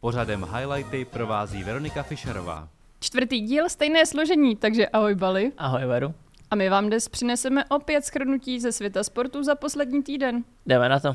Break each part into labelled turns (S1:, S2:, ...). S1: Pořadem Highlighty provází Veronika Fischerová.
S2: Čtvrtý díl, stejné složení, takže ahoj Bali.
S3: Ahoj Veru.
S2: A my vám dnes přineseme opět schrnutí ze světa sportu za poslední týden.
S3: Jdeme na to.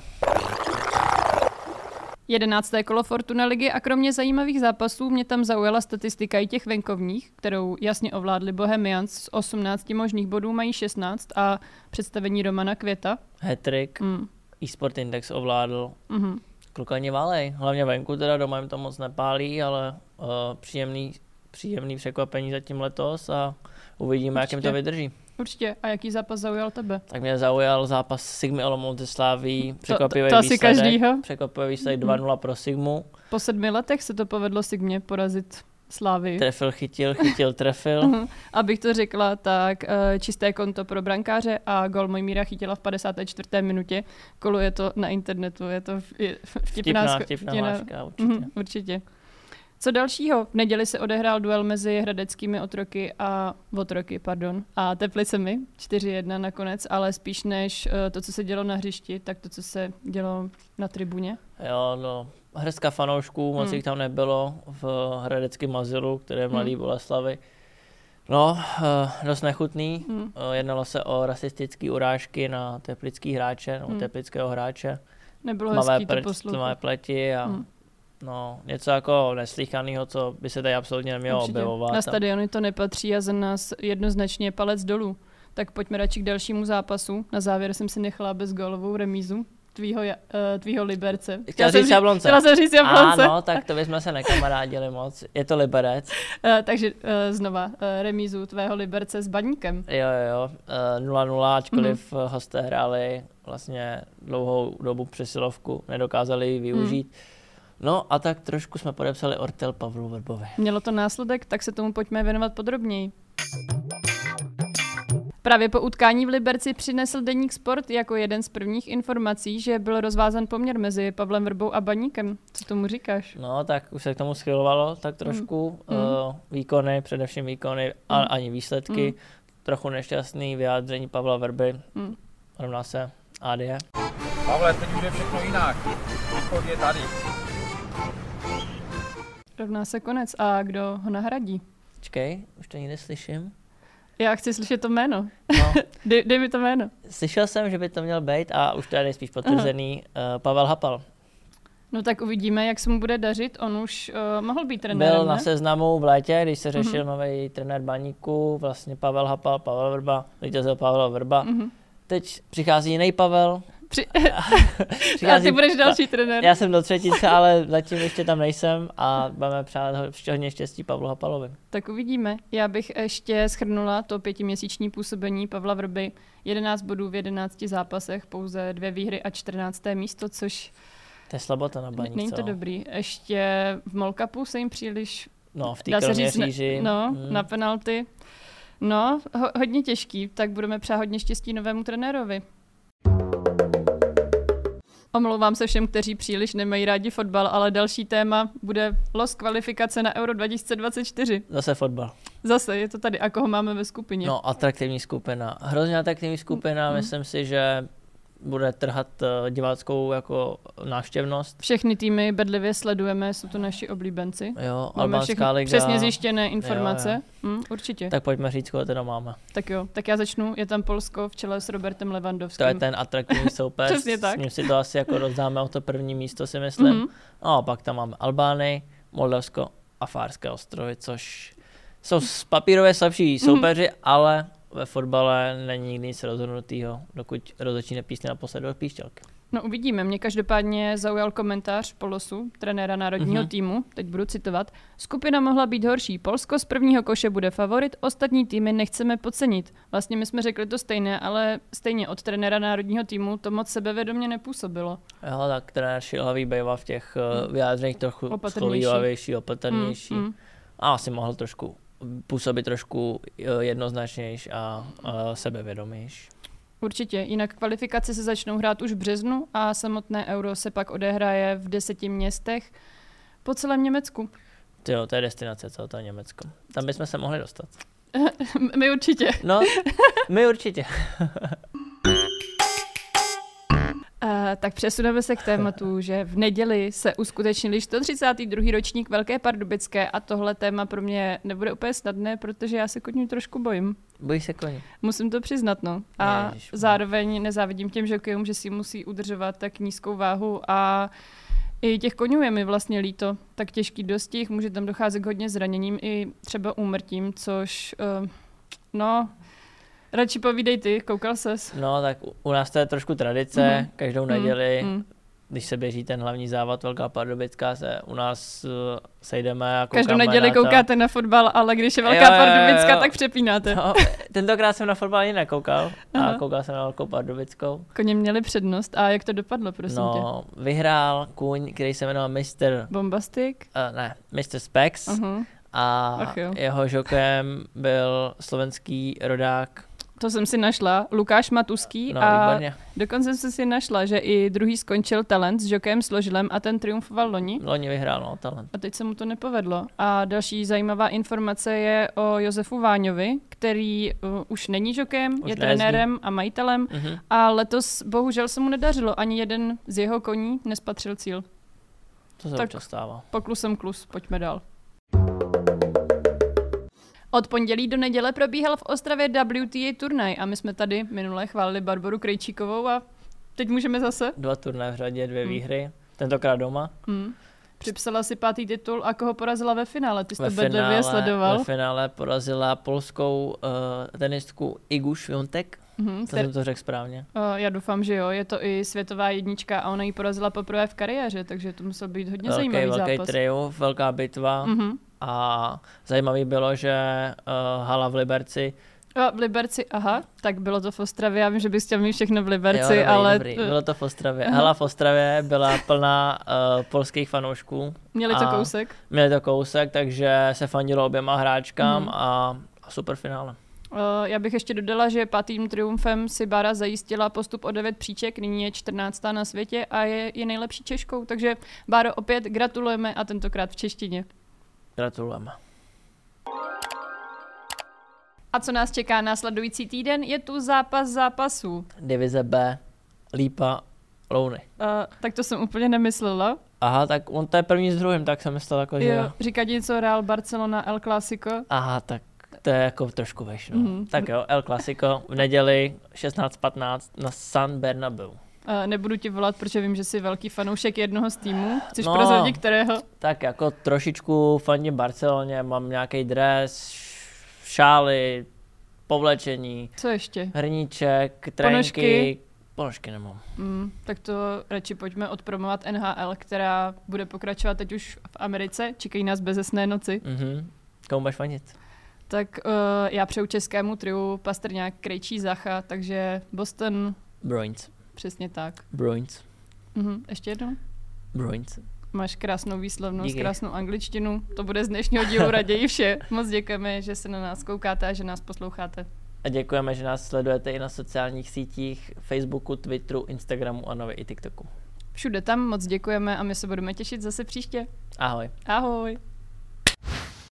S2: Jedenácté kolo Fortuna ligy a kromě zajímavých zápasů mě tam zaujala statistika i těch venkovních, kterou jasně ovládli Bohemians z 18 možných bodů mají 16 a představení Romana Květa.
S3: Hetrik,
S2: Mm.
S3: e-sport index ovládl.
S2: Mm-hmm.
S3: Klukani válej, hlavně venku teda doma jim to moc nepálí, ale uh, příjemný, příjemný překvapení zatím letos a uvidíme, jak jim
S2: Určitě.
S3: to vydrží.
S2: Určitě. A jaký zápas zaujal tebe?
S3: Tak mě zaujal zápas Sigmy Olomouc se Sláví, překvapivý
S2: to asi
S3: výsledek,
S2: každýho. Mhm.
S3: překvapivý výsledek 2-0 pro Sigmu,
S2: Po sedmi letech se to povedlo Sigmě porazit Slávy.
S3: trefil, chytil, chytil, trefil.
S2: Abych to řekla, tak eh, čisté konto pro brankáře a gol Mojmíra chytila v 54. minutě. Koluje to na internetu, je to v- je v- vtipná,
S3: Vtipná,
S2: sko-
S3: vtipná
S2: vtipná-
S3: hláška, určitě.
S2: Mhm, určitě. Co dalšího? V neděli se odehrál duel mezi hradeckými otroky a otroky, pardon, a teplicemi 4-1 nakonec, ale spíš než eh, to, co se dělo na hřišti, tak to, co se dělo na tribuně.
S3: Jo, no, hrstka fanoušků, moc
S2: Hmm.
S3: hmm. jich tam nebylo v Hradeckém azylu, které je mladý
S2: Hmm.
S3: hmm. Boleslavi. No, eh, dost nechutný.
S2: Hmm.
S3: Eh, Jednalo se o rasistické urážky na teplický hráče, nebo
S2: Hmm.
S3: hmm. teplického hráče.
S2: Nebylo
S3: Tmavé,
S2: hezký to
S3: pleť, tmavé
S2: poslouchat.
S3: pleti a
S2: Hmm.
S3: hmm. no, něco jako neslýchaného, co by se tady absolutně nemělo
S2: Určitě.
S3: objevovat.
S2: Na
S3: A-
S2: stadiony to nepatří a za nás jednoznačně palec dolů. Tak pojďme radši k dalšímu zápasu. Na závěr jsem si nechala bezgólovou remízu tvýho, ja- eh, tvýho Liberce.
S3: Chtěla
S2: jsem
S3: říct Jablonce.
S2: Chtěla jsem říct Jablonce.
S3: Ano, tak to bychom se nekamarádili moc. Je to Liberec.
S2: Eh, takže eh, znova eh, remízu tvého Liberce s Baníkem.
S3: Jo, jo, jo, eh, 0-0, ačkoliv mm hosté hráli vlastně dlouhou dobu přesilovku, nedokázali ji využít. No a tak trošku jsme podepsali Ortel Pavlu Vrbovi.
S2: Mělo to následek, tak se tomu pojďme věnovat podrobněji. Právě po utkání v Liberci přinesl Deník Sport jako jeden z prvních informací, že byl rozvázan poměr mezi Pavlem Vrbou a Baníkem. Co tomu říkáš?
S3: No tak už se k tomu schylovalo tak trošku,
S2: Mm.
S3: mm. Uh, výkony, především výkony, a
S2: Mm.
S3: ani výsledky,
S2: Mm.
S3: trochu nešťastný vyjádření Pavla Vrby,
S2: Mm.
S3: rovná se ADE.
S4: Pavle, teď už je všechno jinak. Východ je tady.
S2: Rovná se konec. A kdo ho nahradí?
S3: Čkej, už to někde slyším.
S2: Já chci slyšet to jméno.
S3: No,
S2: Dej, dej mi to jméno.
S3: slyšel jsem, že by to měl být a už to je nejspíš potvrzený uh, Pavel Hapal.
S2: No tak uvidíme, jak se mu bude dařit. On už uh, mohl být trenérem,
S3: Byl
S2: ne? Mhm.
S3: na seznamu v létě, když se řešil mm-hmm. nový trenér baníku, vlastně Pavel Hapal, Pavel Vrba, vítězil Pavel Vrba.
S2: Mhm.
S3: Mm-hmm. Teď přichází jiný Pavel.
S2: Při... a
S3: Přichází
S2: ty budeš
S3: Pa-
S2: další trenér.
S3: Já jsem do třetice, ale zatím ještě tam nejsem a budeme přát ho- hodně štěstí Pavlu Hapalovi.
S2: Tak uvidíme. Já bych ještě schrnula to pětiměsíční působení Pavla Vrby. 11 bodů v 11 zápasech, pouze dvě výhry a 14. místo, což
S3: To je slabota na baníce.
S2: není to
S3: no.
S2: dobrý. Ještě v Molkapu se jim příliš
S3: No, v té
S2: Dá se
S3: kromě
S2: říct, ne-
S3: říži.
S2: no,
S3: Mm.
S2: na penalty. No, ho, hodně těžký, tak budeme přát hodně štěstí novému trenérovi. Omlouvám se všem, kteří příliš nemají rádi fotbal, ale další téma bude los kvalifikace na Euro 2024.
S3: Zase fotbal.
S2: Zase je to tady, a koho máme ve skupině.
S3: No, atraktivní skupina. Hrozně atraktivní skupina,
S2: Mhm.
S3: myslím si, že bude trhat eh, diváckou jako návštěvnost.
S2: Všechny týmy bedlivě sledujeme, jsou to naši oblíbenci.
S3: Jo,
S2: Máme
S3: albánská No, liga.
S2: přesně zjištěné informace.
S3: Jo,
S2: Mm, určitě. Tak.
S3: Tak pojďme říct, koho teda máme.
S2: tak jo, tak já začnu. Je tam Polsko v čele s Robertem Levandovským.
S3: To je ten atraktivní soupeř.
S2: Přesně tak.
S3: S ním si to asi jako rozdáme o to první místo, si myslím.
S2: Mhm.
S3: Mm-hmm. No a pak tam máme Albány, Moldavsko a Fárské ostrovy, což jsou z papírově
S2: Mhm.
S3: slabší soupeři, mm-hmm. ale ve fotbale není nikdy nic rozhodnutého, dokud rozhodčí nepísne naposled do píšťalky.
S2: No uvidíme. Mě každopádně zaujal komentář Polosu, trenéra národního
S3: Mhm.
S2: týmu. Teď budu citovat. Skupina mohla být horší. Polsko z prvního koše bude favorit, ostatní týmy nechceme podcenit. Vlastně my jsme řekli to stejné, ale stejně od trenéra národního týmu to moc sebevědomě nepůsobilo.
S3: Jo, tak trenér Šilhavý bývá v těch eh, vyjádřeních trochu
S2: Mhm. Opatrnější.
S3: schovývavější, opatrnější.
S2: Mm, mm.
S3: A asi mohl trošku působit trošku eh, jednoznačnější a eh, sebevědomější.
S2: Určitě, jinak kvalifikace se začnou hrát už v březnu a samotné euro se pak odehraje v deseti městech po celém Německu.
S3: Ty Jo, to je destinace, co to je Německo. Tam bychom se mohli dostat.
S2: My určitě.
S3: No, my určitě.
S2: Uh, tak přesuneme se k tématu, že v neděli se uskutečnil již 132. ročník Velké Pardubické a tohle téma pro mě nebude úplně snadné, protože já se kotňu trošku bojím.
S3: Bojíš se koně.
S2: Musím to přiznat, no. A
S3: Ježiš, no.
S2: zároveň nezávidím těm žokejům, že si musí udržovat tak nízkou váhu a i těch konňů je mi vlastně líto. Tak těžký dostih, může tam docházet k hodně zraněním i třeba úmrtím, což, eh, no, radši povídej ty, koukal ses.
S3: No, tak u- u nás to je trošku tradice,
S2: Mhm.
S3: každou neděli,
S2: Mm.
S3: když se běží ten hlavní závod Velká Pardubická, se u nás uh, sejdeme a koukáme
S2: Každou neděli
S3: na to.
S2: koukáte na fotbal, ale když je
S3: Jo,
S2: velká
S3: jo, jo,
S2: Pardubická,
S3: jo.
S2: tak přepínáte.
S3: No, tentokrát jsem na fotbal ani nekoukal a
S2: Aha.
S3: koukal jsem na Velkou Pardubickou.
S2: Koně měli přednost a jak to dopadlo, prosím no. tě?
S3: No, vyhrál kůň, který se jmenoval Mr.
S2: Bombastik?
S3: Uh, ne, Mr. Specs
S2: Aha.
S3: a
S2: Ach jo.
S3: jeho žokem byl slovenský rodák.
S2: To jsem si našla. Lukáš Matuský
S3: No,
S2: a
S3: výborně.
S2: dokonce jsem si našla, že i druhý skončil talent s Jokem Složilem a ten triumfoval loni.
S3: Loni vyhrál, no, talent.
S2: A teď se mu to nepovedlo. A další zajímavá informace je o Josefu Váňovi, který uh, už není žokem,
S3: Už
S2: je
S3: nejezdí.
S2: trenérem a majitelem.
S3: Mhm.
S2: A letos bohužel se mu nedařilo. Ani jeden z jeho koní nespatřil cíl.
S3: To se
S2: Tak.
S3: tak. občas stává.
S2: Poklusem klus, pojďme dál. Od pondělí do neděle probíhal v Ostravě WTA turnaj a my jsme tady minule chválili Barboru Krejčíkovou a teď můžeme zase.
S3: Dva turné v řadě, dvě
S2: Mm.
S3: výhry. Tentokrát doma.
S2: Hmm. Připsala si pátý titul a koho porazila ve finále, ty jsi
S3: Ve
S2: to bedlivě
S3: ve
S2: sledoval.
S3: finále porazila polskou uh, tenistku Igu Šviontek.
S2: Mhm,
S3: To
S2: ter-
S3: jsem to řekl správně.
S2: eh, já doufám, že jo, je to i světová jednička a ona ji porazila poprvé v kariéře, takže to musel být hodně
S3: Velký,
S2: zajímavý
S3: velký
S2: zápas.
S3: triumf, velká bitva.
S2: Mhm.
S3: A zajímavý bylo, že uh, hala v Liberci.
S2: A v Liberci, aha, tak bylo to v Ostravě, já vím, že bys chtěl mít všechno v Liberci,
S3: jo, dobrý,
S2: ale
S3: dobrý.
S2: eh,
S3: Bylo to v Ostravě. Hala v Ostravě byla plná uh, polských fanoušků.
S2: měli to
S3: a-
S2: kousek.
S3: Měli to kousek, takže se fandilo oběma hráčkám
S2: Mhm.
S3: a, a super finále.
S2: Eh, Já bych ještě dodala, že pátým triumfem si Bára zajistila postup o 9 příček, nyní je 14. na světě a je, je nejlepší Češkou. Takže Báro, opět gratulujeme a tentokrát v češtině.
S3: Gratulujeme.
S2: A co nás čeká následující týden, je tu zápas zápasů.
S3: Divize B, Lípa, Louny.
S2: Uh, tak to jsem úplně nemyslela.
S3: Aha, tak on to je první s druhým, tak jsem myslel jako, že...
S2: Jo, říká ti něco Real Barcelona El Clasico?
S3: Aha, tak to je jako trošku veš, no.
S2: Mhm.
S3: Mm-hmm. Tak jo, El Clasico v neděli 16.15 na San Bernabeu.
S2: Uh, nebudu ti volat, protože vím, že jsi velký fanoušek jednoho z týmu. Chceš no.
S3: No.
S2: prozradit, kterého?
S3: Tak jako trošičku fandím Barceloně, mám nějaký dres, š- šály, povlečení,
S2: Co ještě?
S3: hrníček, trenky.
S2: Ponožky.
S3: Ponožky nemám.
S2: Mm, tak to radši pojďme odpromovat NHL, která bude pokračovat teď už v Americe. Čekají nás bezesné noci.
S3: Mhm. Komu budeš fandit?
S2: Tak uh, já přeju českému triu Pastrňák, Krejčí, Zacha, takže Boston,
S3: Bruins.
S2: přesně tak.
S3: Bruins.
S2: Mhm, ještě jednou.
S3: Bruins.
S2: Máš krásnou výslovnost,
S3: Díky.
S2: krásnou angličtinu. To bude z dnešního dílu raději vše. Moc děkujeme, že se na nás koukáte a že nás posloucháte.
S3: A děkujeme, že nás sledujete i na sociálních sítích, Facebooku, Twitteru, Instagramu a nově i TikToku.
S2: Všude tam moc děkujeme a my se budeme těšit zase příště.
S3: Ahoj.
S2: Ahoj!